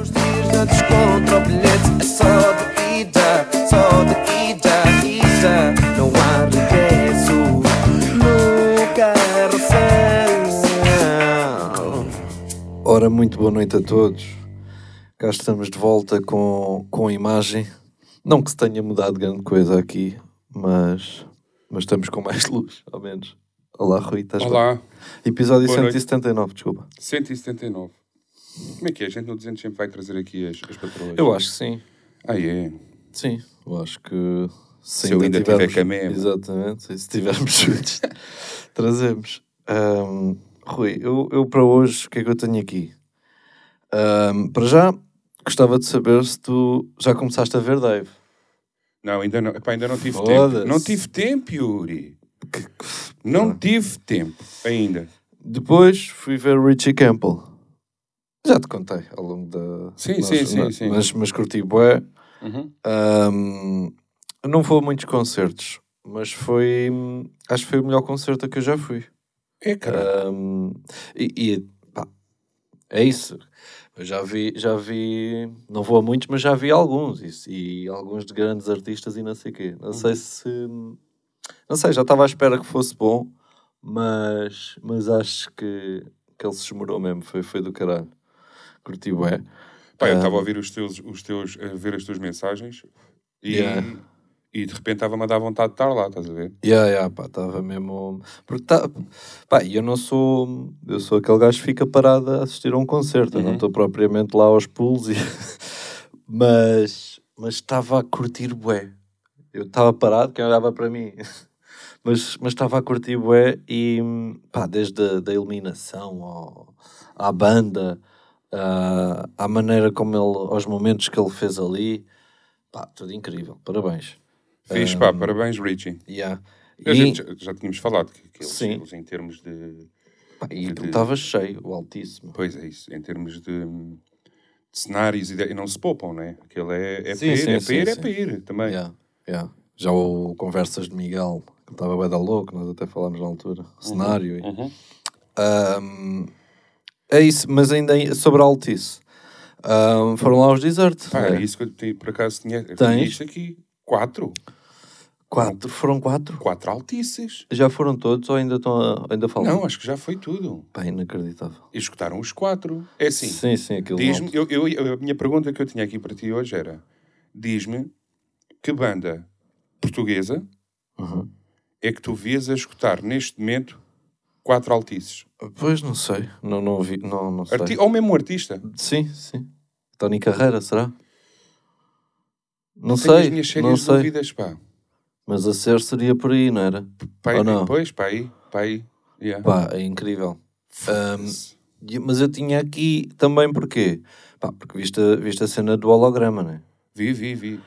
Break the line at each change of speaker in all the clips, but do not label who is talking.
os dias na descontra, o bilhete é só de ida, só de ida, ida. Não há regresso no carrossel.
Ora, muito boa noite a todos. Cá estamos de volta com, com imagem. Não que se tenha mudado grande coisa aqui, mas, mas estamos com mais luz, ao menos. Olá, Rui, estás bem?
Olá,
Episódio
Boa noite.
179, desculpa.
179. Como é que é? A gente no 200 sempre vai trazer aqui as, as patroas.
Eu acho que sim.
Ah, é.
Sim, eu acho que se,
Se eu ainda tiver camé.
Exatamente, e se tivermos juntos, trazemos. Ahm, Rui, eu, eu para hoje, o que é que eu tenho aqui? Ahm, para já, gostava de saber se tu já começaste a ver Dave.
Não, ainda não, epá, ainda não tive
Foda-se.
tempo. Não tive tempo, Yuri. Não tive tempo ainda.
Depois fui ver Richie Campbell. Já te contei ao longo da.
Sim,
mas-
sim, sim,
mas-
sim.
Mas, mas curti bué.
Uhum.
Ahm, eu não vou a muitos concertos, mas foi. Acho que foi o melhor concerto a que eu já fui.
É, cara.
Um, e, e, pá, é isso. Eu já vi, já vi, não vou a muitos, mas já vi alguns isso, e alguns de grandes artistas e não sei quê. Não sei se não sei, já estava à espera que fosse bom, mas, mas acho que, que ele se esmorou mesmo, foi, foi do caralho. Curti bué.
Pá, eu
ah.
estava a ouvir os teus, os teus, a ver as tuas mensagens e,
Yeah.
e de repente estava-me a dar vontade de estar lá, estás a ver?
Yeah, yeah, pá, estava mesmo. Porque tá... pá, eu não sou. Eu sou aquele gajo que fica parado a assistir a um concerto. Eu não
Uhum.
estou propriamente lá aos pulos e. mas. Mas estava a curtir bué. Eu estava parado, quem olhava para mim. mas mas estava a curtir bué e. pá, desde a da iluminação ao, à banda, ah, à maneira como ele. aos momentos que ele fez ali. pá, tudo incrível. Parabéns.
Fiz, pá, parabéns, Richie.
Yeah.
A
Ah. E-
gente já, já tínhamos falado que, que eles,
Sim.
eles em termos de.
Pá, E aquilo
de-
estava cheio, o altíssimo.
Pois é isso, em termos de, de cenários e, de- e não se poupam, né? Aquilo é, é
Sim,
para ir,
sim,
é
sim,
para ir, é
sim.
para ir também.
Yeah, yeah. Já o Conversas de Miguel, que estava bem da louco, nós até falámos na altura. Cenário. e-
Uhum.
Ahm, é isso, mas ainda em- sobre a Altice. Ahm, foram lá os Desert.
Pá, era
né?
Ah, é isso que eu te- por acaso tinha, eu
Tens?
tinha isto aqui. Quatro.
Quatro, foram quatro?
Quatro altices.
Já foram todos ou ainda, estão a- ainda falam?
Não, acho que já foi tudo.
Pá, inacreditável.
E escutaram os quatro. É assim.
sim, sim aquilo.
Diz-me, eu, eu- eu- a minha pergunta que eu tinha aqui para ti hoje era: diz-me que banda portuguesa
Uhum.
é que tu vias a escutar neste momento quatro altices?
Pois não sei, não, não vi, não, não sei.
Arti- ou mesmo um artista?
Sim, sim. Tony Carreira, será? Não
Tenho as
sei,
minhas
não
sérias
sei.
dúvidas, pá.
Mas a ser seria por aí, não era?
Pai,
Ou não?
Pois, pá, aí, pá, aí. Yeah.
Pá, é incrível.
Foda-se.
E- Mas eu tinha aqui também porquê? Pá, porque viste a, viste a cena do holograma, não é?
Vi, vi, vi.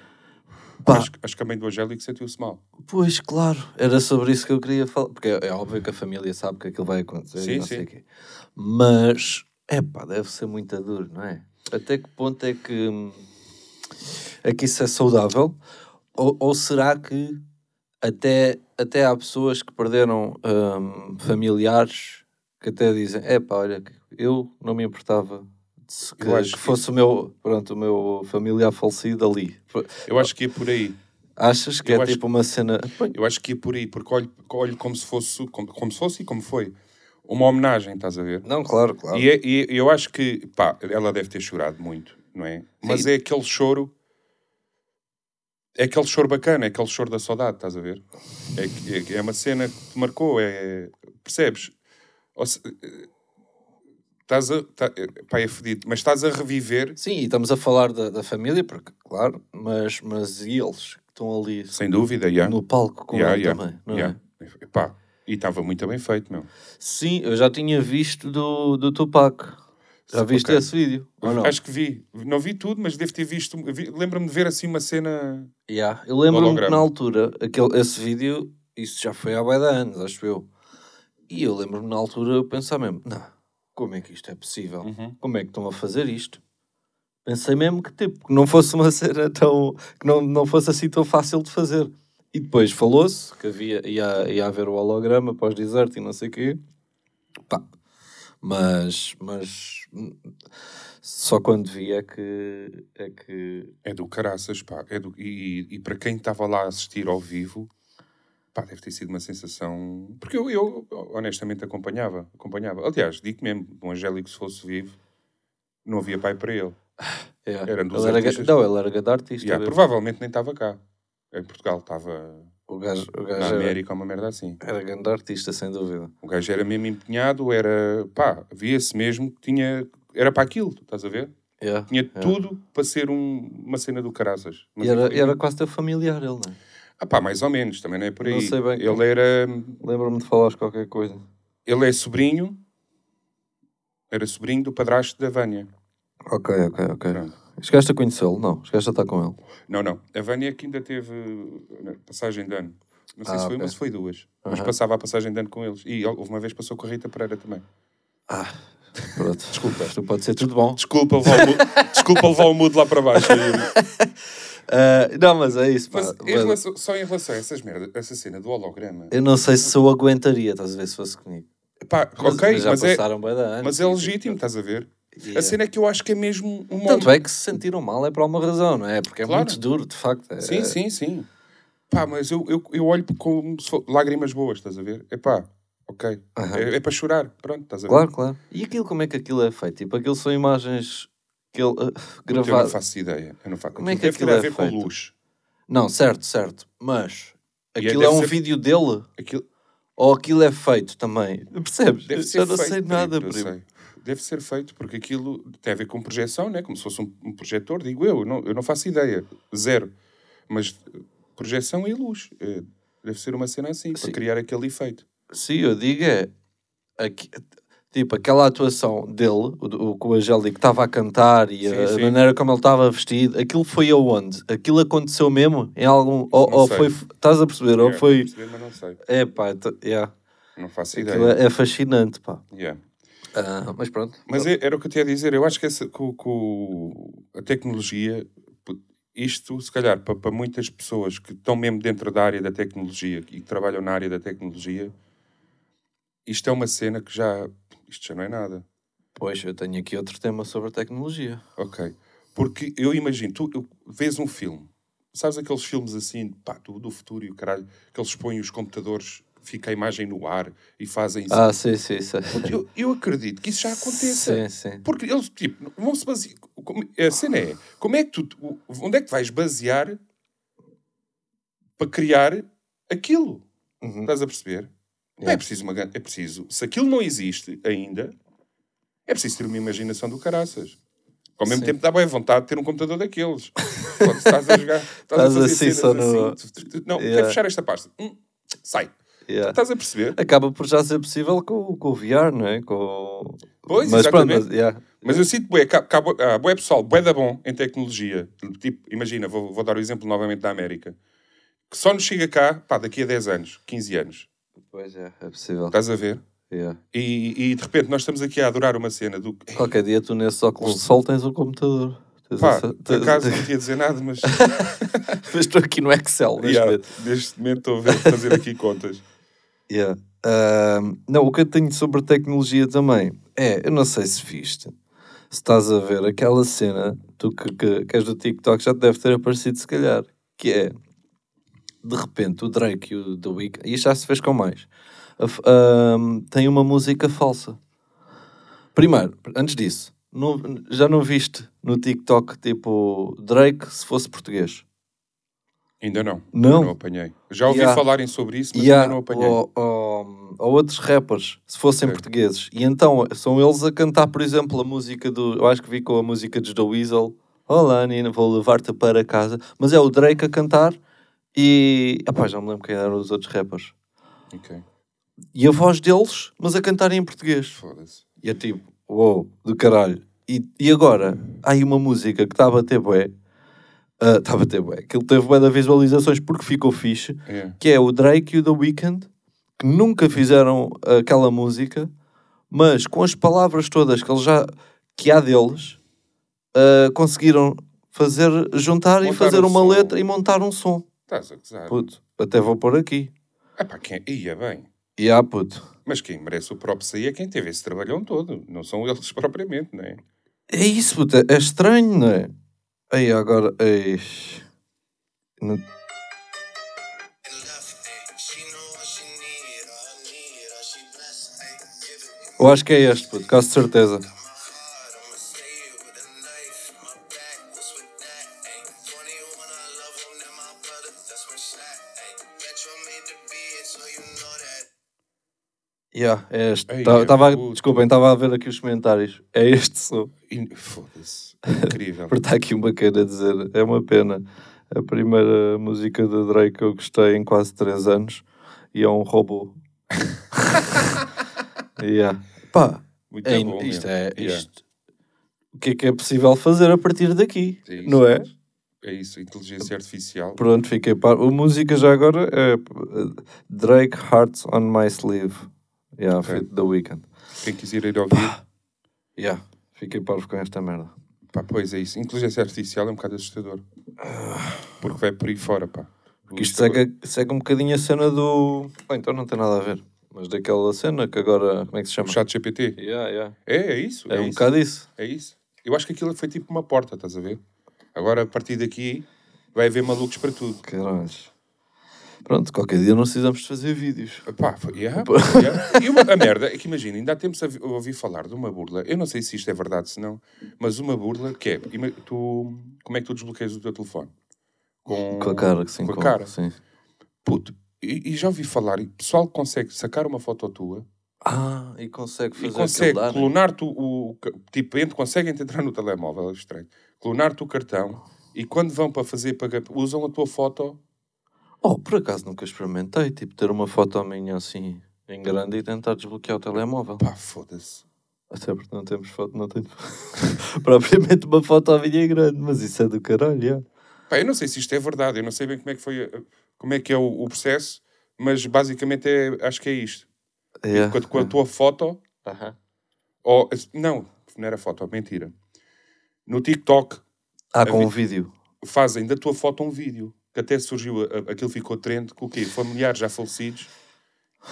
Pá,
Acho, acho que a mãe do Angélico sentiu-se mal.
pois claro, era sobre isso que eu queria falar. Porque é, é óbvio que a família sabe que aquilo vai acontecer e
Sim,
não
sim.
sei o quê. Mas, é pá, deve ser muito duro, não é? Até que ponto é que, hum, é que isso é saudável? Ou, ou será que até, até há pessoas que perderam hum, familiares que até dizem, é pá, olha, eu não me importava de se que,
Eu acho
que
que
fosse o meu, pronto, o meu familiar falecido ali.
Eu acho que ia por aí.
Achas que
Eu
é
acho-
tipo uma cena...
Eu acho que ia por aí, porque olho, olho como se fosse, como, como se fosse e como foi. Uma homenagem, estás a ver?
Não, claro, claro.
E, é- e eu acho que, pá, ela deve ter chorado muito, não é? Mas é aquele choro. É aquele choro bacana, é aquele choro da saudade, estás a ver? É, que- é, é uma cena que te marcou, é. Percebes? Ou se- eh, estás a. tá- eh, pá, é fedido, mas estás a reviver,
Sim, e estamos a falar da, da família, porque, claro, mas, mas e eles que estão ali
sem dúvida, já.
no palco com
Yeah,
ele
yeah,
também, não
yeah.
é?
Pá, e estava muito bem feito, meu.
Sim, eu já tinha visto do, do Tupac. Já
Sim,
viste
ok.
esse vídeo? Ou não?
Acho que vi. Não vi tudo, mas devo ter visto. vi- Lembro-me de ver assim uma cena.
Yeah. Eu lembro-me que
Holograma.
na altura, aquele, esse vídeo, isso já foi há bué de anos, acho eu. E eu lembro-me na altura, eu pensar mesmo, não, como é que isto é possível? Como é que estão a fazer isto? Pensei mesmo que tipo, que não fosse uma cena tão. que não, não fosse assim tão fácil de fazer. E depois falou-se que havia, ia, ia haver o holograma após deserto e não sei o quê. Pá. Mas, mas hum, Só quando vi é que. É que...
É do caraças, pá. É do... E, e- e para quem estava lá a assistir ao vivo, pá, deve ter sido uma sensação. Porque eu, eu, honestamente acompanhava. acompanhava. Aliás, digo mesmo, o Angélico, se fosse vivo, não havia pai para ele.
É.
Eram dos
ele era, ga-
artistas.
não, ele era grande artista.
Yeah,
mesmo.
provavelmente nem estava cá. Em Portugal estava
o gajo, o
na
gajo era,
América, uma merda assim.
era grande artista, sem dúvida.
O gajo era mesmo empenhado, era pá, via-se mesmo que tinha. Era para aquilo, estás a ver?
Yeah.
Tinha
yeah.
tudo para ser um- uma cena do caraças. Mas
É. E era,
infelizmente-
era quase teu familiar ele, não é?
Ah pá, mais ou menos, também não é por aí.
Não sei bem como.
ele era.
Lembro-me de falares qualquer coisa.
Ele é sobrinho. Era sobrinho do padrasto da Vânia.
Ok, ok, ok.
Pronto.
Chegaste a conhecê-lo? Não, chegaste a estar com ele.
Não, não. A Vânia que ainda teve uh, passagem de ano. Não sei
Ah,
se foi
ok.
uma, se foi duas. Mas
Aham.
passava a passagem de ano com eles. E houve uma vez passou com a Rita Pereira também.
Ah, pronto.
Desculpa.
Isto pode ser tudo bom.
Desculpa levar o mudo, desculpa levar o mudo lá para baixo.
Ah, não, mas é isso, pá.
Mas em
Mas
relação- só em relação a essas merdas, essa cena do holograma.
Eu não sei se eu aguentaria, estás a ver, se fosse comigo.
Pá,
Mas,
ok,
mas
mas,
já
é,
passaram bem de anos.
mas é legítimo, estás a ver?
Yeah.
A cena é que eu acho que é mesmo uma.
Tanto é que se sentiram mal é por alguma razão, não é? Porque é
Claro.
muito duro, de facto. É-
Sim, sim, sim. Pá, mas eu, eu, eu olho com se fo- lágrimas boas, estás a ver? É pá, ok.
Aham.
É, é para chorar, pronto, estás a ver?
Claro, claro. E aquilo, como é que aquilo é feito? Tipo, aquilo são imagens que ele ah,
Eu não
gravado.
faço ideia. Eu não faço.
Como é que
Deve ter
aquilo
a
é
ver com
feito?
luz.
Não, certo, certo. Mas
E
aquilo
deve
é um
ser-
vídeo dele
Aquilo
ou aquilo é feito também? Percebes?
deve ser
eu não
feito, tipo, assim.
sei
primo,
nada,
eu
primo.
sei. Deve ser feito, porque aquilo tem a ver com projeção, né? como se fosse um, um projetor, digo eu. Não, eu não faço ideia. Zero. Mas eh, projeção e luz. Eh, Deve ser uma cena assim,
Sim.
para criar aquele efeito.
Sim, eu digo é. aqui- tipo, aquela atuação dele, o, do- o que o Angélico estava a cantar e a,
Sim, sim.
maneira como ele estava vestido, aquilo foi aonde? Aquilo aconteceu mesmo? Em algum. Ou,
Não
ou
sei.
foi. Estás a perceber? Ou
É,
foi.
percebi, mas não sei.
É pá, então, yeah.
Não faço
Aquilo
ideia.
é, é fascinante, pá.
Yeah.
Ah, mas pronto.
Mas é- era o que eu tinha a dizer. Eu acho que essa, com, a tecnologia, pu- isto, se calhar, para, para muitas pessoas que estão mesmo dentro da área da tecnologia e que trabalham na área da tecnologia, isto é uma cena que já. Isto já não é nada.
Pois, eu tenho aqui outro tema sobre a tecnologia.
Ok. Porque eu imagino, tu eu- vês um filme, sabes aqueles filmes assim, pá, do, do futuro e o caralho, que eles põem os computadores, fica a imagem no ar e fazem isso.
Ah, sim, sim, sim.
Eu, eu acredito que isso já
Sim,
aconteça.
sim.
Porque eles, tipo, vão se basear. como- A cena é: como é que tu. o- Onde é que vais basear para criar aquilo?
Uhum.
Estás a perceber? Não é
Yeah.
preciso uma gran- É preciso. Se aquilo não existe ainda, é preciso ter uma imaginação do caraças. Ao mesmo
Sim.
tempo, dá bem vontade de ter um computador daqueles. Quando estás a jogar. Estás a
Estás
fazer
assim,
cenas
só no-
assim, tu- tu- tu- Não,
Yeah.
quero fechar esta pasta. Hum, sai.
Yeah.
Estás a perceber?
Acaba por já ser possível com, com o VR, não é? Com...
Pois,
mas
exatamente.
pronto, mas, yeah.
Mas eu sinto bué, cá, cá, bué- há bué pessoal, bué da bom em tecnologia. Tipo, imagina, vou, vou dar o exemplo novamente da América. Que só nos chega cá, pá, daqui a 10 anos, 15 anos.
Pois é, é possível.
Estás a ver?
Yeah.
E, e, de repente nós estamos aqui a adorar uma cena do... Ei,
Qualquer dia tu nesse óculos de sol tens um computador. Tens
Pá,
essa-
por
tens-
acaso não tinha dizer nada, mas
Mas estou aqui no Excel neste
yeah,
momento.
neste momento estou a ver- fazer aqui contas.
Yeah. Ahm, não, o que eu tenho sobre tecnologia também é, eu não sei se viste, se estás a ver aquela cena, tu que, que, que és do TikTok já te deve ter aparecido se calhar, que é de repente o Drake e o The Weeknd, e isto já se fez com mais, a f- ahm, tem uma música falsa. Primeiro, antes disso, não- já não viste no TikTok tipo Drake se fosse português?
Ainda não.
Não. Oh.
Não apanhei. Já ouvi
Yeah.
falarem sobre isso, mas
e há
ainda não apanhei.
ou, ou- ou outros rappers, se fossem
Ok.
portugueses. E então são eles a cantar, por exemplo, a música do. Eu acho que vi com a música dos The Weasel. Olá, Nina, vou levar-te para casa. Mas é o Drake a cantar e. Epá, já me lembro quem eram os outros rappers.
Ok,
E a voz deles, mas a cantarem em português.
foda-se.
E é tipo, uou, do caralho. E, e agora, há aí uma música que estava a ter bué. Estava a ter bué. Aquilo teve bué de visualizações porque ficou fixe
Yeah.
que é o Drake e o The Weeknd, que nunca fizeram aquela música, mas com as palavras todas que, eles já, que há deles, ah, conseguiram fazer, juntar e
Montar
fazer
um
uma
som. É.
letra e montar um som.
Estás a gozar.
Puto, até vou pôr aqui.
Ah pá, quem... Ia bem.
E há puto.
Mas quem merece o próprio sair é quem teve esse trabalhão todo, não são eles propriamente, não é?
É isso, puta. É estranho, não é? Aí agora. Ei. Não- Eu acho que é este, puto, quase de certeza. Yeah, é este.
Ei,
Ta-
é
tava,
puto.
desculpem, estava a ver aqui os comentários. É este som.
In- Foda-se. Incrível.
Porque está aqui uma queira a dizer. É uma pena. A primeira música da Drake que eu gostei em quase 3 anos e é um robô. yeah. Pá,
Muito
é,
bom.
isto
mesmo.
é.
Yeah.
Isto. O que é que é possível fazer a partir daqui?
É isso.
não é?
É isso, inteligência artificial.
Pronto, fiquei par. A música já agora é eh, Drake Hearts on My Sleeve. Yeah,
Ok.
feito The Weeknd.
Quem quiser ir ouvir,
Yeah, fiquei parvo com esta merda.
pá, pois é isso. Inteligência artificial é um bocado assustador. Porque vai por aí fora, pá.
Porque Tipo, isto
Isto agora-
segue, segue um bocadinho a cena do. Bom, então não tem nada a ver. Mas daquela cena que agora. Como é que se chama?
O chat GPT.
Yeah, yeah.
É, é isso.
É,
É,
um
isso.
bocado isso.
É isso. Eu acho que aquilo foi tipo uma porta, estás a ver? Agora, a partir daqui, vai haver malucos para tudo.
Caralho. Pronto, qualquer dia não precisamos de fazer vídeos.
Pá, foi- yeah, yeah. E uma, a merda é que imagina, ainda há tempos a vi- eu ouvi falar de uma burla. Eu não sei se isto é verdade, se não, mas uma burla que é ima- tu, como é que tu desbloqueias o teu telefone?
Com a cara, que sim.
É. Com a cara.
Sim.
Puto, e, e já ouvi falar, e pessoal que consegue sacar uma foto tua
Ah, e consegue fazer
e consegue
aquilo lá, né?
clonar-te o, o ca- tipo, ent- conseguem-te entrar no telemóvel, é estranho, clonar-te o cartão e quando vão para fazer pagamento, usam a tua foto.
Oh, por acaso nunca experimentei, tipo, ter uma foto minha assim em grande e tentar desbloquear o telemóvel.
Pá, foda-se.
Até porque não temos foto, não tenho propriamente uma foto minha em grande, mas isso é do caralho, yeah.
Pá, eu não sei se isto é verdade, eu não sei bem como é que foi, a- como é que é o, o processo, mas basicamente é, acho que é isto.
Yeah. Ah,
Quando com a tua foto,
Aham.
ou eh, não, não era foto, mentira. No TikTok
Ah, com
É vi-
um vídeo.
fazem da tua foto um vídeo, que até surgiu, a- a- aquilo ficou trend, com o quê? Familiares já falecidos,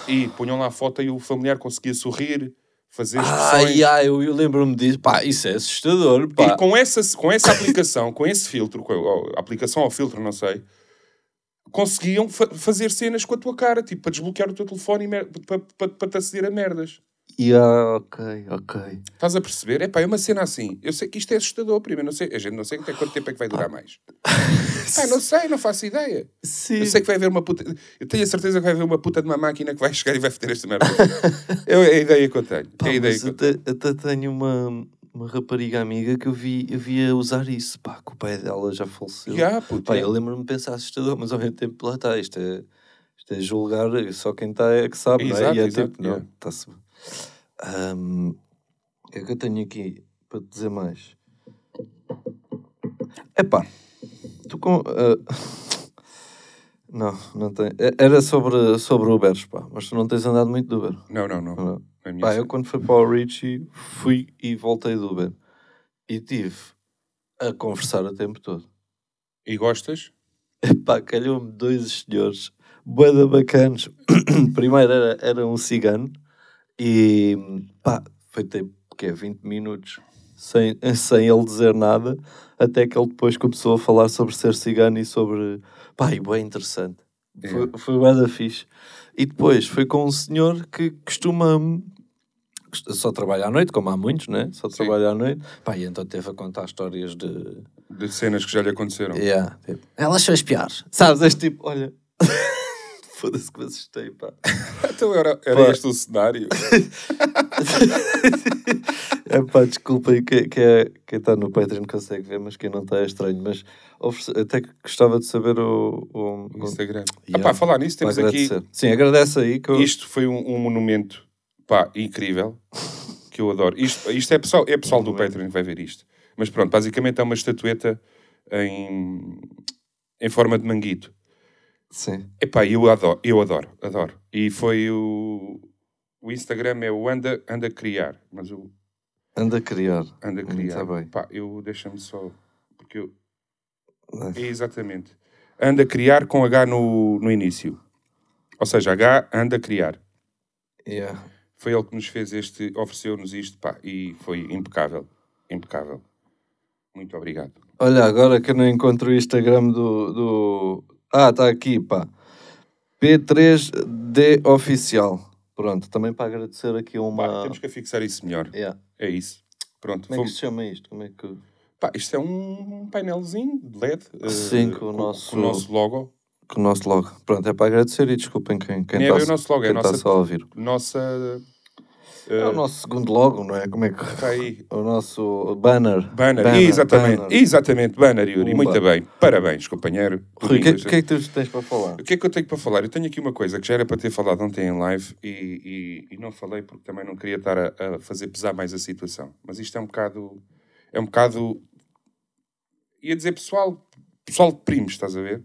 e punham lá a foto e o familiar conseguia sorrir, fazer
Ah,
expressões.
yeah, eu, eu lembro-me disso. Pá, isso é assustador, pá.
E com essa, com essa aplicação, com esse filtro, com a, ou aplicação ao filtro, não sei, conseguiam fa- fazer cenas com a tua cara, tipo, para desbloquear o teu telefone e mer- para, para, para te aceder a merdas.
Yeah, ah, ok, ok.
Estás a perceber? É pá, é uma cena assim. Eu sei que isto é assustador, primo. Eu não sei, a gente não sei até quanto tempo é que vai durar mais. Pá, não sei, não faço ideia.
Sim.
Eu sei que vai haver uma puta. Eu tenho a certeza que vai haver uma puta de uma máquina que vai chegar e vai foder esta merda. Eu- é a ideia que eu tenho.
Pá,
é a ideia
mas
que eu...
até, até tenho uma, uma rapariga amiga que eu vi, eu vi a usar isso, pá, que o pai dela já faleceu.
Ya, puto,
Pá,
ya.
eu lembro-me de pensar assustador, mas ao mesmo tempo lá está, isto é, isto é julgar, só quem está é que sabe, não é?
Exato,
e é
exato,
tipo, não,
é.
está-se bem. Ahm, O que é que eu tenho aqui para te dizer mais? Epá, tu com... ah, Não, não tenho. É- Era sobre, sobre Ubers, pá, mas tu não tens andado muito de Uber.
Não, não, não.
não é?
Na minha
Pá,
cena.
eu quando fui para o Richie fui e voltei do Uber e tive a conversar o tempo todo.
E gostas?
Pá, calhou-me dois senhores boeda bacanos. Primeiro era, era um cigano e pá, foi tempo que é 20 minutos sem, sem ele dizer nada, até que ele depois começou a falar sobre ser cigano e sobre pá, e bem interessante.
É.
Foi, foi bada fixe. E depois foi com um senhor que costuma cost- só trabalha à noite, como há muitos, né? Só
Sim.
trabalha à noite. Pá, e então teve a contar histórias de,
De cenas que já lhe aconteceram.
Yeah, tipo, elas são as piores. Sabes, este tipo, olha. Foda-se que me assustei, pá.
Então era, era
Pá.
este o cenário.
É pá, desculpem, que, que é, quem está no Patreon consegue ver, mas quem não está é estranho. Mas oferece- até que gostava de saber o. o,
No
o-
Instagram.
Yeah.
Ah, pá, falar nisso,
para
temos aqui.
agradecer. Sim, agradece aí que eu.
Isto foi um, um monumento pá, incrível que eu adoro. Isto, isto é pessoal, é pessoal do Patreon que vai ver isto. Mas pronto, basicamente é uma estatueta em, em forma de manguito.
Sim.
Epá, eu adoro, eu adoro, adoro. E foi o. O Instagram é o Anda, anda Criar, mas o
Anda a criar.
Anda
Muito
Criar.
Hum, tá bem.
Pá, eu deixa-me só. Porque eu.
Ah.
É exatamente. Anda Criar com H no, no início. Ou seja, H anda Criar.
Yeah.
Foi ele que nos fez este, ofereceu-nos isto, pá, e foi impecável. impecável. Muito obrigado.
Olha, agora que eu não encontro o Instagram do. do... Ah, está aqui, pá. P3D Oficial. Pronto, também para agradecer aqui
Pá,
uma.
Temos que fixar isso melhor.
Yeah.
É isso. Pronto.
Ah. Como é que
vamos-
se chama isto? Como é que.
Pá, isto é um painelzinho de LED. eh,
Sim, com o nosso-
com o nosso logo.
Que o nosso logo. Pronto, é para agradecer e desculpem quem está
Nem é
quem
bem o
tá,
nosso logo, é a
quem tá
nossa-
só a ouvir.
Nossa... eh,
É o nosso segundo logo, não é? Como é que.
Está aí.
O nosso banner.
Banner. exatamente,
banner.
exatamente, banner, Yuri.
Pumba.
Muito bem. Parabéns, companheiro.
Rui, o que,
Domingos.
que é que tu tens para falar?
O que é que eu tenho para falar? Eu tenho aqui uma coisa que já era para ter falado ontem em live e, e- e não falei porque também não queria estar a, a fazer pesar mais a situação. Mas isto é um bocado. É um bocado. Ia dizer pessoal. Pessoal de primos, estás a ver?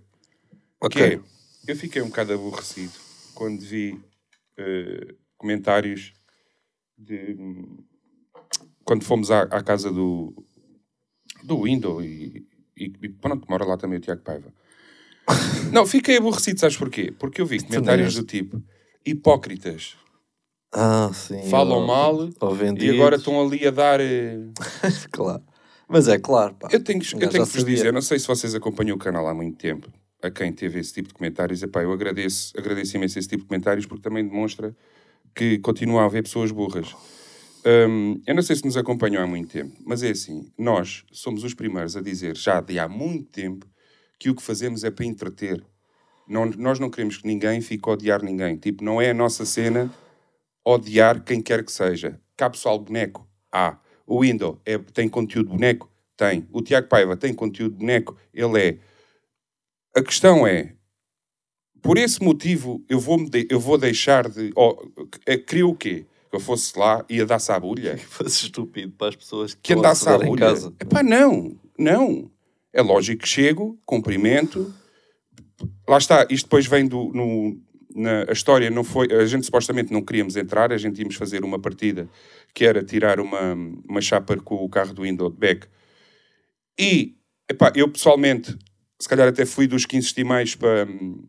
Que é, eu fiquei um bocado aborrecido quando vi eh, comentários de. Quando fomos à, à casa do. do Window e, e, e pronto, mora lá também o Tiago Paiva. Não, fiquei aborrecido, sabes porquê? Porque eu vi comentários do tipo hipócritas,
Ah, sim.
falam
ó-
mal e
ofendidos.
agora estão ali a dar. eh,
claro. Mas é claro, pá.
Eu tenho, que-
Um
eu
gajo
tenho
já
que vos
sabia.
dizer, não sei se vocês acompanham o canal há muito tempo, a quem teve esse tipo de comentários, epá, eu agradeço, agradeço imenso esse tipo de comentários porque também demonstra que continua a haver pessoas burras. Hum, eu não sei se nos acompanham há muito tempo, mas é assim, nós somos os primeiros a dizer já de há muito tempo que o que fazemos é para entreter. Não- nós não queremos que ninguém fique a odiar ninguém. Tipo, não é a nossa cena odiar quem quer que seja. Cá pessoal boneco? Há. O Window é, tem conteúdo boneco? Tem. O Tiago Paiva tem conteúdo boneco? Ele é. A questão é, por esse motivo eu vou, eu vou deixar de... Oh, eh, queria o quê? Que eu fosse lá e ia dar-se à bulha?
fosse estúpido para as pessoas que,
que
estão a
andasse à eh,
ceder em
bolha.
casa.
Epá, não, não. É lógico que chego, cumprimento. Lá está, isto depois vem do. No, na, a história não foi. A gente supostamente não queríamos entrar, a gente íamos fazer uma partida que era tirar uma, uma chapa com o carro do Window de Beck. E, epá, eu pessoalmente, se calhar até fui dos que insisti mais para. hum,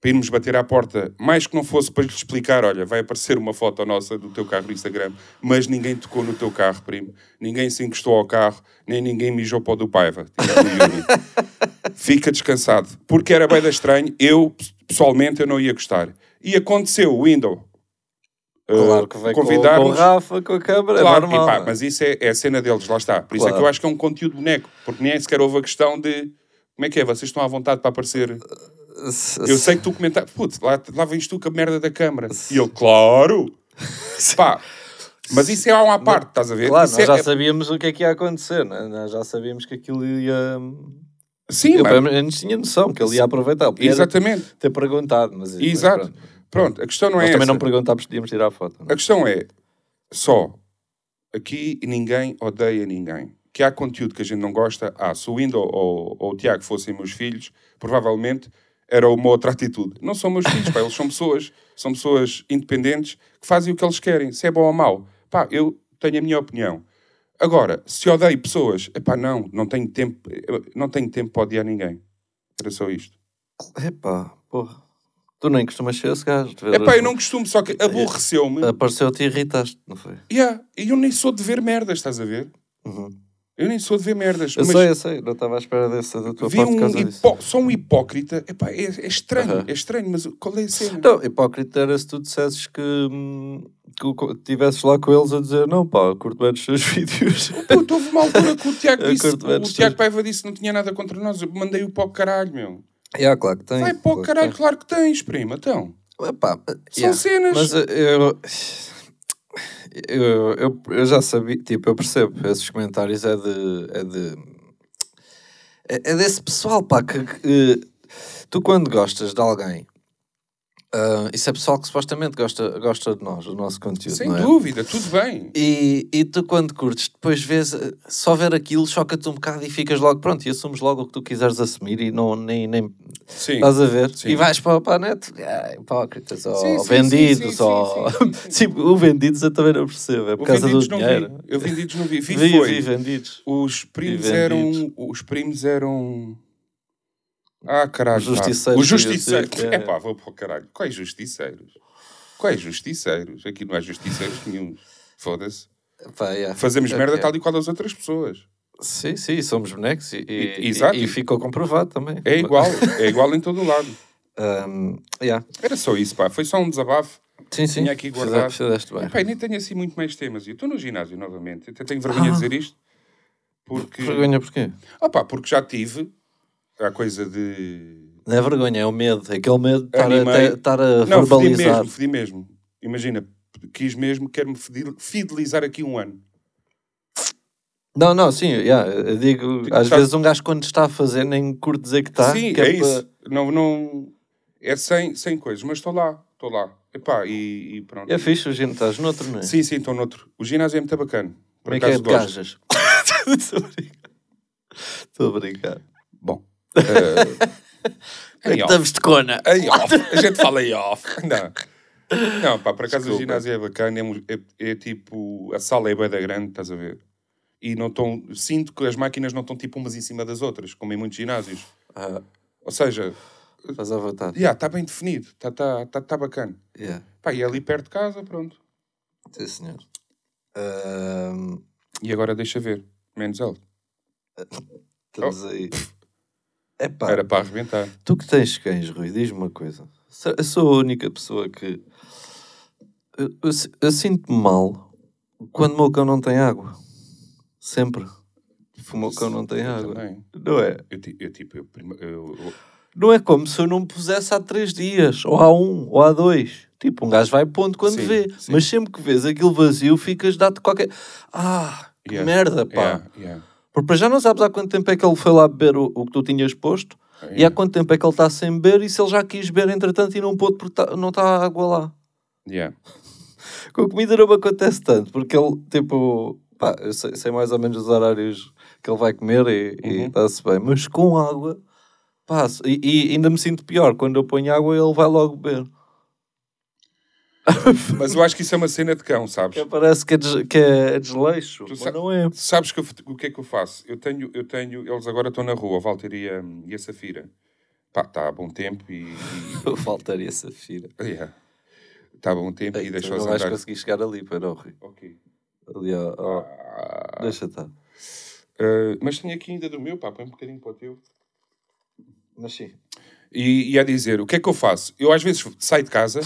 Para irmos bater à porta, mais que não fosse para lhe explicar: olha, vai aparecer uma foto nossa do teu carro no Instagram, mas ninguém tocou no teu carro, primo, ninguém se encostou ao carro, nem ninguém mijou para o do Paiva. Tipo o Yuri. Fica descansado, porque era bem estranho, eu pessoalmente eu não ia gostar. E aconteceu o Window.
Claro que vai com, com o
convidar-nos-
Rafa, com a câmara,
Claro,
é normal.
e pá,
não é?
mas isso é, é a cena deles, lá está. Por isso é
Claro.
que eu acho que é um conteúdo boneco, porque nem sequer houve a questão de como é que é, vocês estão à vontade para aparecer. Eu sei que tu comentaste, putz, lá, lá vens tu com a merda da câmara. E eu, claro! pá, mas isso é uma parte, estás a ver?
Claro,
Isso
nós
é-
já
é-
sabíamos o que é que ia acontecer, né? nós já sabíamos que aquilo ia.
Sim,
Eu
mano,
pelo menos tinha noção que ele ia aproveitar. Eu podia
exatamente.
ter perguntado, mas. mas
Exato.
pronto.
Pronto, a questão não
Nós
é
também
essa.
não perguntámos se podíamos tirar a foto. Não?
A questão é só aqui ninguém odeia ninguém. Que há conteúdo que a gente não gosta. Ah, se o Window ou, ou o Tiago fossem meus filhos, provavelmente era uma outra atitude. Não são meus filhos, pá, eles são pessoas, são pessoas independentes que fazem o que eles querem, se é bom ou mau. Pá, eu tenho a minha opinião. Agora, se odeio pessoas, epá, não, não tenho tempo, eu não tenho tempo para odiar ninguém. Era só isto.
Epá, porra. Tu nem costumas ser esse gajo. de ver
Epá,
as-
eu não costumo, só que aborreceu-me.
Apareceu-te e irritaste, não foi?
Yeah, e eu nem sou de ver merdas, estás a ver?
Uhum.
Eu nem sou de ver merdas.
Eu
mas
sei, eu sei. Não estava à espera dessa da tua
vi
parte por
um
causa disso.
hipó- só um hipócrita. Epá, é, é estranho,
Aham. Então,
é estranho, mas qual é a cena?
Não, hipócrita era se tu dissesses que, hum, que o co- tivesses lá com eles a dizer não pá, eu curto bem os seus vídeos.
Puto, houve uma altura que o Tiago
Eu
disse,
curto bem
o
estas-
Tiago Paiva disse que não tinha nada contra nós. Eu mandei-o para o caralho, meu.
é, claro que tem.
Vai para o
claro que
caralho, claro que tens, prima. Então,
tem. Epá, mas-
são
yeah.
cenas.
Mas eu, eu- eu, eu, eu já sabia, tipo, eu percebo, esses comentários é de. É, de, é, é desse pessoal, pá, que, que, tu quando gostas de alguém, ah, isso é pessoal que supostamente gosta, gosta de nós, do nosso conteúdo,
Sem
não é?
dúvida, tudo bem.
E, e tu, quando curtes, depois vês, eh, só ver aquilo choca-te um bocado e ficas logo pronto. E assumes logo o que tu quiseres assumir e não, nem, nem
Sim.
estás a ver.
Sim.
E vais para, para a net, ah, hipócritas, ou
Sim, sim, sim, sim,
vendidos,
sim,
ou.
sim, sim,
Sim, o vendidos eu também não percebo, é por
O
causa do
Vendidos não
dinheiro.
vi. Eu vendidos não vi. Vi,
Vi,
foi.
vi vendidos.
Os primos
Vi
eram.
vendidos.
Os primos eram. Ah, caralho.
Os justiceiros,
Os justiceiros.
eu sei,
É pá, vou para o caralho. Quais justiceiros? Quais justiceiros? Aqui não há justiceiros nenhum. Foda-se.
Pá, yeah.
Fazemos
É o
merda
que é.
tal e qual as outras pessoas.
Sim, sim, somos bonecos e, e,
E- exato.
e- e ficou comprovado também.
É igual, é igual em todo o lado.
Um, yeah.
Era só isso, pá. Foi só um desabafo.
Sim, sim.
Tinha aqui
Fizeste-
guardado.
Fizeste bem.
Epá, e nem tenho assim muito mais temas. Eu estou no ginásio novamente. Até tenho vergonha de dizer isto. Porque,
Ah. Vergonha porquê?
Opa, porque já tive a coisa de.
Não é vergonha, é o medo. É Aquele medo de estar a-
Animei.
te- estar a
Não, fedi
verbalizar.
mesmo, fedi mesmo. Imagina, quis mesmo, quero-me fedi- fidelizar aqui um ano.
Não, não, sim, yeah, eu digo,
Tipo,
às
tá-
vezes um gajo quando está a fazer nem curte dizer que está. Tá?
Sim,
que
é,
para-
isso. Não, não... É sem, sem coisas, mas estou lá, estou lá. Epá, e, e pronto.
É fixe, o gente estás noutro, não é?
Sim, sim, estou noutro. O ginásio é muito bacana. Por
Como é que é
acaso
de
gosto.
gajas? Estou a brincar. Estou a brincar.
Bom. eh, em off.
Estamos de cona.
Em off. A gente fala em off. Não. Não, pá, por acaso o
Desculpa.
ginásio é bacana. É, mu- é- é tipo. A sala é bem da grande, estás a ver? E não estão. Sinto que as máquinas não estão tipo umas em cima das outras, como em muitos ginásios.
Ah,
Ou seja,
faz à vontade.
já está bem definido. Está tá, tá, tá bacana.
Yeah.
Pá, e é ali perto de casa, pronto.
Sim, senhor. Ahm,
E agora deixa ver. Menos ele.
estamos aí. Epá,
Era para arrebentar.
tu que tens cães, Rui, diz-me uma coisa. Será- Eu sou a única pessoa que. Eu, eu si- eu sinto-me mal quando o meu cão não tem água. Sempre. O meu cão não tem
Eu
água.
também.
Não é?
Eu, ti- eu tipo, eu, prima- eu- eu-
Não é como se eu não me pusesse há três dias, ou há um, ou há dois. Tipo, um gajo vai pondo quando
Sim,
vê.
sim.
Mas sempre que vês aquilo vazio, ficas dado qualquer. Ah, que
Yeah,
merda, pá.
yeah, yeah,
Porque para já não sabes há quanto tempo é que ele foi lá beber o, o que tu tinhas posto e há
yeah,
quanto tempo é que ele está sem beber e se ele já quis beber entretanto e não pôde porque tá- não está água lá.
yeah.
Com a comida não me acontece tanto, porque ele, tipo, pá, eu sei, sei mais ou menos os horários que ele vai comer e
Uhum.
está-se bem, mas com água, pá, se- e, e ainda me sinto pior, quando eu ponho água ele vai logo beber.
Mas eu acho que isso é uma cena de cão, sabes?
Que parece que é, des- que é desleixo,
Tu
mas
sa-
não é.
Sabes que eu f- o que é que eu faço? Eu tenho, eu tenho, eles agora estão na rua, a Walter e a, e a Safira. Pá, está há bom tempo e. e-
Faltaria essa fira.
yeah. Está há bom tempo
Ei,
e
tu
deixa-os
não vais
andar.
conseguir chegar ali, para não, Rui.
Ok.
Ali, ó, ó,
Ah,
deixa estar.
ah, mas tenho aqui ainda do meu, pá, põe um bocadinho para o teu.
Mas sim.
E, e a dizer, o que é que eu faço? Eu às vezes saio de casa,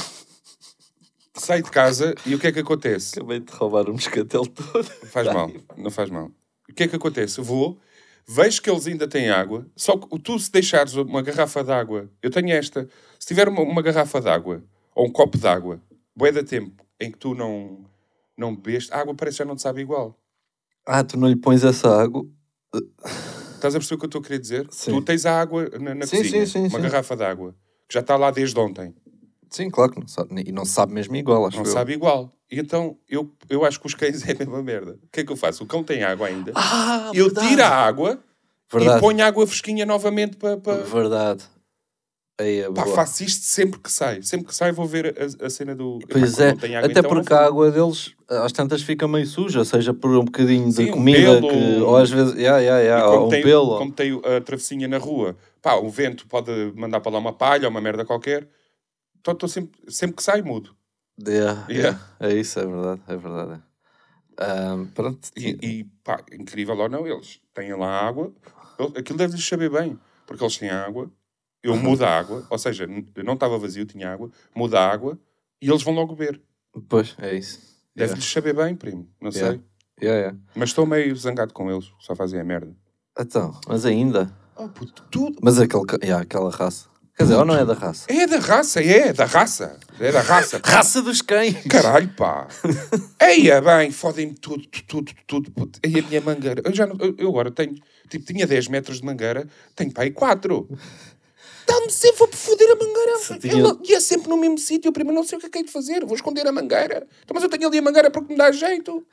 saio de casa e o que é que acontece?
Acabei de roubar o moscatel todo.
Faz mal, não faz mal. O que é que acontece? Eu vou, vejo que eles ainda têm água, só que tu se deixares uma garrafa de água, eu tenho esta, se tiver uma, uma garrafa de água ou um copo de água, bué da tempo em que tu não, não bebeste, a água parece que já não te sabe igual.
Ah, tu não lhe pões essa água?
Estás a perceber o que eu estou a querer dizer?
Sim.
Tu tens a água na, na
Sim,
cozinha,
sim, sim,
uma
sim.
garrafa de água, que já está lá desde ontem,
Sim, claro que não sabe. E não sabe mesmo igual, acho
não
eu.
sabe igual. E então, eu, eu acho que os cães é a mesma merda. O que é que eu faço? O cão tem água ainda,
Ah,
eu tiro a água
Verdade.
e ponho água fresquinha novamente para...
Verdade. Aí é
Pá,
boa.
faço isto sempre que sai. Sempre que sai vou ver a, a cena do...
Pois
Epá,
é,
não tem água,
até
então não
porque a água deles às tantas fica meio suja, seja por um bocadinho
Sim,
de
um
comida,
pelo.
que, ou às vezes, yeah, yeah,
E
yeah,
como,
ou um
tem,
pelo.
como tem a travessinha na rua, pá, o vento pode mandar para lá uma palha ou uma merda qualquer. Então estou sempre, sempre que sai mudo.
Yeah,
Yeah.
yeah. É isso, é verdade, é verdade. Ahm, pronto,
E, e, pá, incrível ou não, eles têm lá água. Ele- Aquilo deve-lhes saber bem. Porque eles têm água, eu mudo a água, ou seja, n- eu não estava vazio, tinha água, mudo a água e eles vão logo beber.
pois, é isso. Yeah.
Deve-lhes saber bem, primo. Não
Yeah.
sei.
Yeah, yeah.
Mas estou meio zangado com eles. Só fazem a merda.
Então, mas ainda,
Oh, puto, tu
mas aquele, ca- yeah, aquela raça, quer dizer, ou não é da raça?
É da raça, é, da raça. É da raça.
Raça dos cães!
Caralho, pá. Eia, bem, fodem-me tudo, tudo, tudo. puto. Ei, a minha mangueira. Eu, já não- eu- eu agora tenho, tipo, tinha 10 metros de mangueira, tenho pá aí 4. Dá-me sempre, vou foder a mangueira.
Se tinha-
Ela ia sempre no mesmo sítio, primo, eu não sei o que é que hei de fazer, vou esconder a mangueira. Então, mas eu tenho ali a mangueira porque me dá jeito.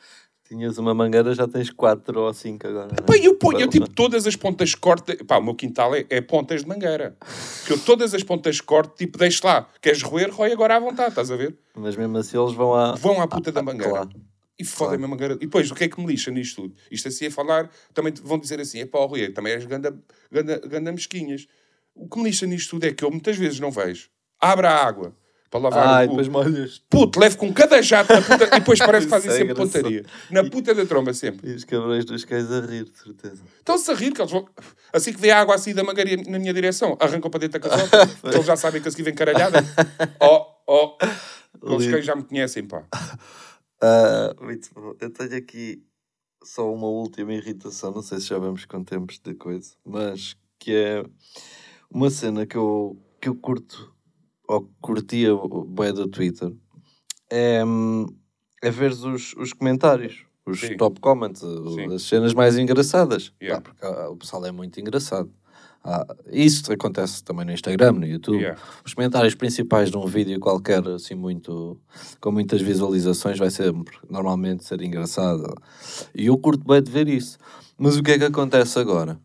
Tinhas uma mangueira, já tens quatro ou cinco agora. não é?
Pá, eu ponho, eu
Para-
tipo, todas as pontas cortas. Pá, o meu quintal é, é pontas de mangueira. Que eu todas as pontas corto, tipo, deixo lá. Queres roer, roe agora à vontade, estás a ver?
Mas mesmo assim eles vão à.
vão à puta da mangueira.
claro.
E fodem me a mangueira. E depois, o que é que me lixa nisto tudo? Isto assim é falar, também te- vão dizer assim, é pá, Rui, também és ganda, ganda, ganda mesquinhas. O que me lixa nisto tudo é que eu muitas vezes não vejo. Abra a água. para lavar
Ah, e
o cu.
depois molhas.
Puto, levo com cada jato na puta, e depois parece que fazem
Isso é
sempre
engraçado.
pontaria. Na puta da tromba, sempre.
E os cabrões dos cães a rir, de certeza.
Estão-se a rir, que eles vão... Assim que vê a água assim da mangueira na minha direção, arrancam para dentro da casota, que eles já sabem que a seguir vem caralhada. Oh, oh, aqueles
Lindo.
cães já me conhecem, pá.
Ah, muito bom. Eu tenho aqui só uma última irritação, não sei se já vamos com tempos de coisa, mas que é uma cena que eu, que eu curto, ou que curtia bué do Twitter, é, hum, é ver os, os comentários. Os
Sim.
top comments,
Sim.
as cenas mais engraçadas. Pá,
Yeah.
porque ah, o pessoal é muito engraçado. Ah, isso acontece também no Instagram, no YouTube
Yeah.
os comentários principais de um vídeo qualquer, assim, muito com muitas visualizações, vai sempre normalmente ser engraçado. E eu curto bem de ver isso. Mas o que é que acontece agora?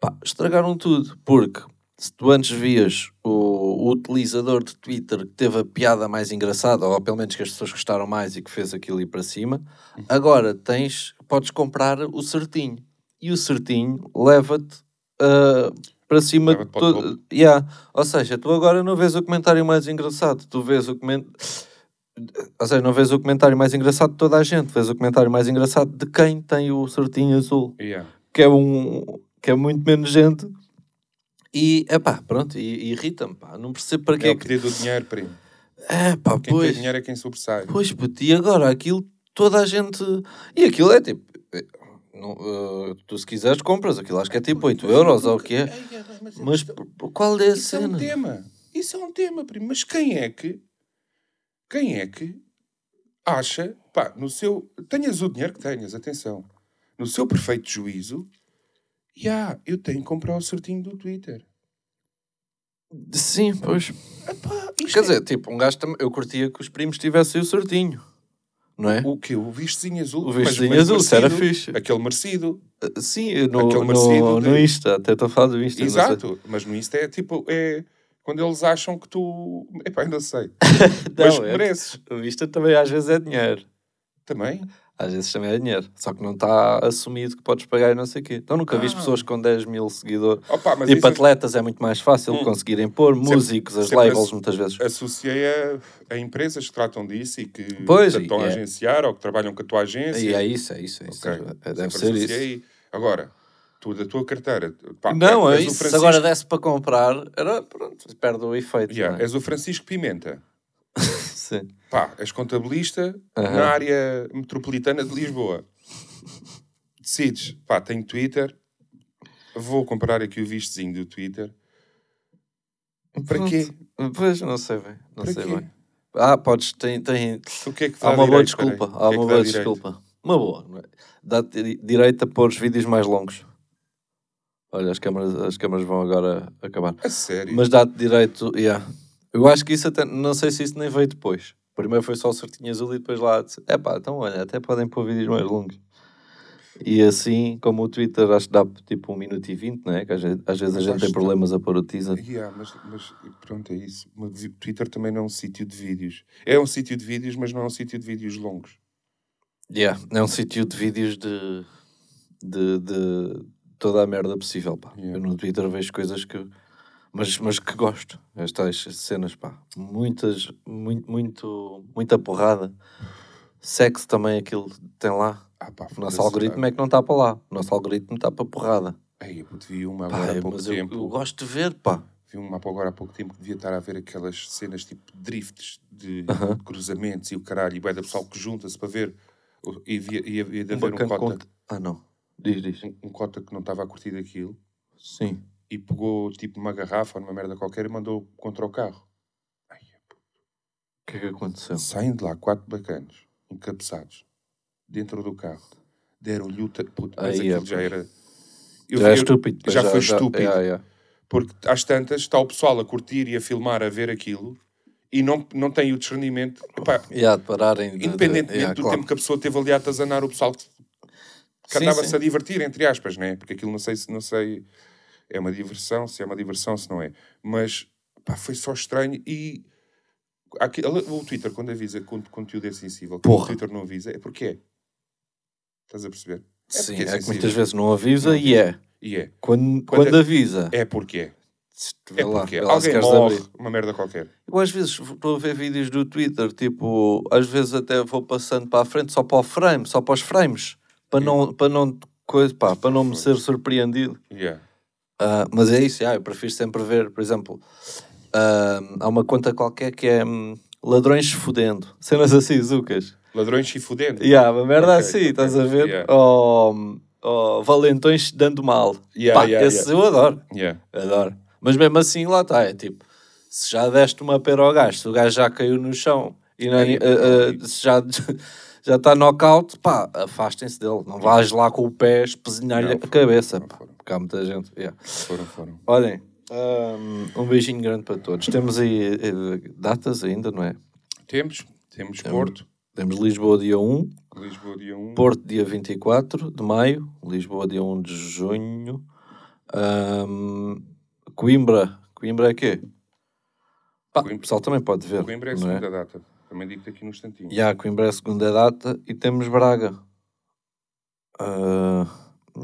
Pá, estragaram tudo, porque se tu antes vias o, o utilizador de Twitter que teve a piada mais engraçada, ou pelo menos que as pessoas gostaram mais e que fez aquilo ir para cima, agora tens, podes comprar o certinho. E o certinho leva-te ah, para cima de
Leva-te para o
todo-
topo.
Yeah. Ou seja, tu agora não vês o comentário mais engraçado, tu vês o comentário. Ou seja, não vês o comentário mais engraçado de toda a gente, vês o comentário mais engraçado de quem tem o certinho azul
Yeah.
que é um que é muito menos gente e epá, pronto, e, e irrita-me, pá, não percebo para que
É
é
o
que
poder do dinheiro, primo.
é, pá,
Quem
pois,
tem dinheiro é quem sobressai.
pois, puto, e agora aquilo toda a gente e aquilo é tipo é, não, eh, tu se quiseres compras aquilo acho que é tipo 8 euros ou o que é
Ai, ai, mas-
mas p- qual é a
Isso é um
cena?
tema. Isso é um tema, primo. Mas quem é que. Quem é que acha. Pá, no seu. Tenhas o dinheiro que tenhas, atenção. No seu perfeito juízo. E ah, eu tenho que comprar o certinho do Twitter.
Sim, pois
Epá, isto
quer
é-
dizer, tipo, um gajo também eu curtia que os primos tivessem o certinho não é?
O quê? O vistezinho azul?
O
Mas-
vistezinho
mas
azul, isso era
merecido.
fixe. Eh,
Aquele merecido.
Sim, no,
Aquele
no, no
merecido de-
Insta, até estou a falar do Insta. é não sei.
Exato. Mas no Insta é tipo. É quando eles acham que tu. Epá, ainda sei. mas
Não, é-
mereces.
O Insta também às vezes é dinheiro.
Também.
Às vezes também é dinheiro. Só que não está assumido que podes pagar e não sei o quê. Então nunca vi
Ah.
pessoas com 10 mil seguidores.
Opa, mas
tipo,
isso-
atletas é muito mais fácil
Hum.
conseguirem pôr.
Sempre-
Músicos, as
sempre
labels
ass-
muitas vezes.
associei a, a empresas que tratam disso e que
Pois,
te estão
e
a
é.
agenciar ou que trabalham com a tua agência.
E é isso, é isso. É isso.
Ok.
É- Deve
Sempre
ser isso.
associei. Agora, tu da tua carteira. pá,
Não, é
és o
isso. Se
Francisco-
agora desse para comprar, era, pronto, perde o efeito.
Yeah,
não é?
És o Francisco Pimenta.
Sim.
Pá, és contabilista
Aham.
na área metropolitana de Lisboa. Decides, pá, tenho Twitter, vou comprar aqui o vistezinho do Twitter. Para
Pronto.
quê?
Pois, não sei bem. Não
Para
sei
quê?
bem. Ah, podes, tem, tem,
O que é que te
Há
dá
uma boa
direito, peraí?
desculpa.
O que
Há
é
uma
que te dá
boa
direito?
desculpa. Uma boa. não é? Dá-te di- direito a pôr os vídeos mais longos. Olha, as câmaras, as câmaras vão agora acabar.
A sério?
Mas dá-te direito. Yeah. Eu acho que isso até. Não sei se isso nem veio depois. Primeiro foi só o certinho azul e depois lá. disse, Epá, então olha, até podem pôr vídeos mais longos. E assim, como o Twitter acho que dá tipo 1 minuto e 20, não é? Que às, ve- às vezes a
Mas
gente tem
acho que-
problemas a pôr o teaser.
Yeah, mas, mas pronto, é isso. Mas o Twitter também não é um sítio de vídeos. É um sítio de vídeos, mas não é um sítio de vídeos longos.
Yeah. É um sítio de vídeos de, de, de toda a merda possível, pá.
Yeah.
Eu no Twitter vejo coisas que... Mas, mas que gosto. Estas cenas, pá. Muitas, muito, muito, muita porrada. Sexo também aquilo tem lá.
Ah, pá,
O nosso
foda-se,
algoritmo é que não está para lá. O nosso algoritmo está para porrada.
pá. Ei, eu vi uma
Pá,
agora há
é,
pouco
mas eu,
tempo.
eu gosto de ver, pá.
Vi uma agora há pouco tempo que devia estar a ver aquelas cenas tipo drifts de
Aham.
cruzamentos e o caralho. E bué da pessoal que junta-se para ver. E havia e havia de haver um
bacana
cota,
com- Ah, não. Diz, diz.
um, um cota que não estava a curtir daquilo
Sim.
e pegou tipo uma garrafa ou uma merda qualquer e mandou contra o carro.
O que é que aconteceu?
Saem de lá quatro bacanos, encabeçados, dentro do carro. Deram-lhe o... ta- Puto, mas
Aí,
aquilo
é,
já
pá.
era... Eu
Já é
vi-
estúpido.
Já, foi estúpido.
yeah, yeah.
Porque às tantas está o pessoal a curtir e a filmar, a ver aquilo, e não, não tem o discernimento... Epá,
Yeah, de pararem. de- de-
independentemente
yeah,
do
claro.
tempo que a pessoa teve ali a atazanar, o pessoal que,
Sim,
que andava-se
sim.
a divertir, entre aspas, né? Porque aquilo não sei se... Não sei, é uma diversão, se é uma diversão, se não é. Mas, pá, foi só estranho e... aqui- o Twitter, quando avisa con- conteúdo é sensível, quando o
Porra.
Twitter não avisa, é porque é. Estás a perceber?
Sim,
porque
é que
sensível.
muitas vezes não avisa
Não
e é.
E é.
Quando,
Quando
quando
é-
avisa,
É porque é.
se te vê
É
lá,
porque
vê lá se
alguém
queres
morre,
abrir.
uma merda qualquer.
Eu às vezes estou a ver vídeos do Twitter, tipo, às vezes até vou passando para a frente só para o frame, só para os frames, para não, para não, coisa, pá, para não me ser surpreendido.
Yeah.
Ah, mas é isso, ah, eu prefiro sempre ver, por exemplo, ah, há uma conta qualquer que é hum, ladrões fudendo, cenas assim, zucas.
Ladrões e fudendo.
Yeah, uma merda
Ok,
assim,
ok,
estás a ver?
yeah.
Ou- ou valentões dando mal.
Yeah,
Pá,
yeah,
esse
yeah.
eu adoro.
Yeah.
Adoro. Mas mesmo assim, lá está. É tipo, se já deste uma pera ao gajo, se o gajo já caiu no chão e não-
Aí,
eh, eh, se já já está knockout, pá, afastem-se dele. Não vais lá com o pé espesinhar-lhe a
Não,
cabeça. pá, porque há muita gente. yeah.
Foram, foram.
Olhem, hum, um beijinho grande para todos. Temos aí eh, datas ainda, não é?
Temos, temos Porto,
Temos Lisboa dia 1,
Lisboa dia 1,
Porto dia 24 de maio, Lisboa dia 1 de junho, hum, Coimbra, Coimbra é quê? Pá,
Coimbra-
O pessoal também pode ver.
Coimbra é a
não
segunda data. Também digo-te aqui no instantinho.
E há Coimbra é a segunda data e temos Braga. Ah,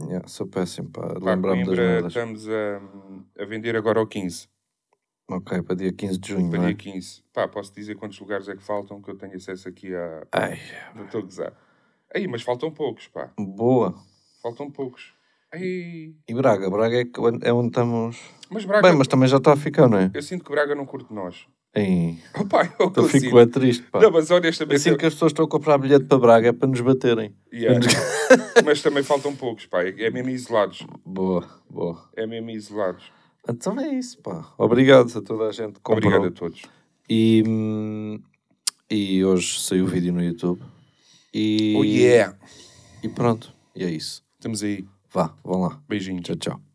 yeah, sou péssimo para
Pá,
lembrar-me das
Coimbra,
merdas.
estamos a, a vender agora ao 15,
Ok, para dia 15 de junho,
para
não é?
dia 15. Pá, posso dizer quantos lugares é que faltam, que eu tenho acesso aqui a...
Ai,
Não estou a gozar. Aí, mas faltam poucos, pá.
boa.
Faltam poucos. Aí...
E Braga, Braga é, que- é onde estamos.
Mas Braga...
Bem, mas também já está a ficar, não é?
Eu sinto que Braga não curte nós.
Ei,
Opa, eu
eu Então fico
consigo.
bem triste, pá.
assim. Não, mas honestamente...
Eu sinto que as pessoas estão a comprar bilhete para Braga é para nos baterem.
Yeah. mas também faltam poucos, pá. É é mesmo isolados.
Boa, boa.
É mesmo isolados.
Então é isso, pá. Obrigado a toda a gente que comprou.
Obrigado a todos.
E, hum, e hoje saiu o vídeo no YouTube. E,
Oh yeah!
e pronto, e é isso.
Estamos aí.
Vá, vão lá.
Beijinhos.
Tchau, tchau.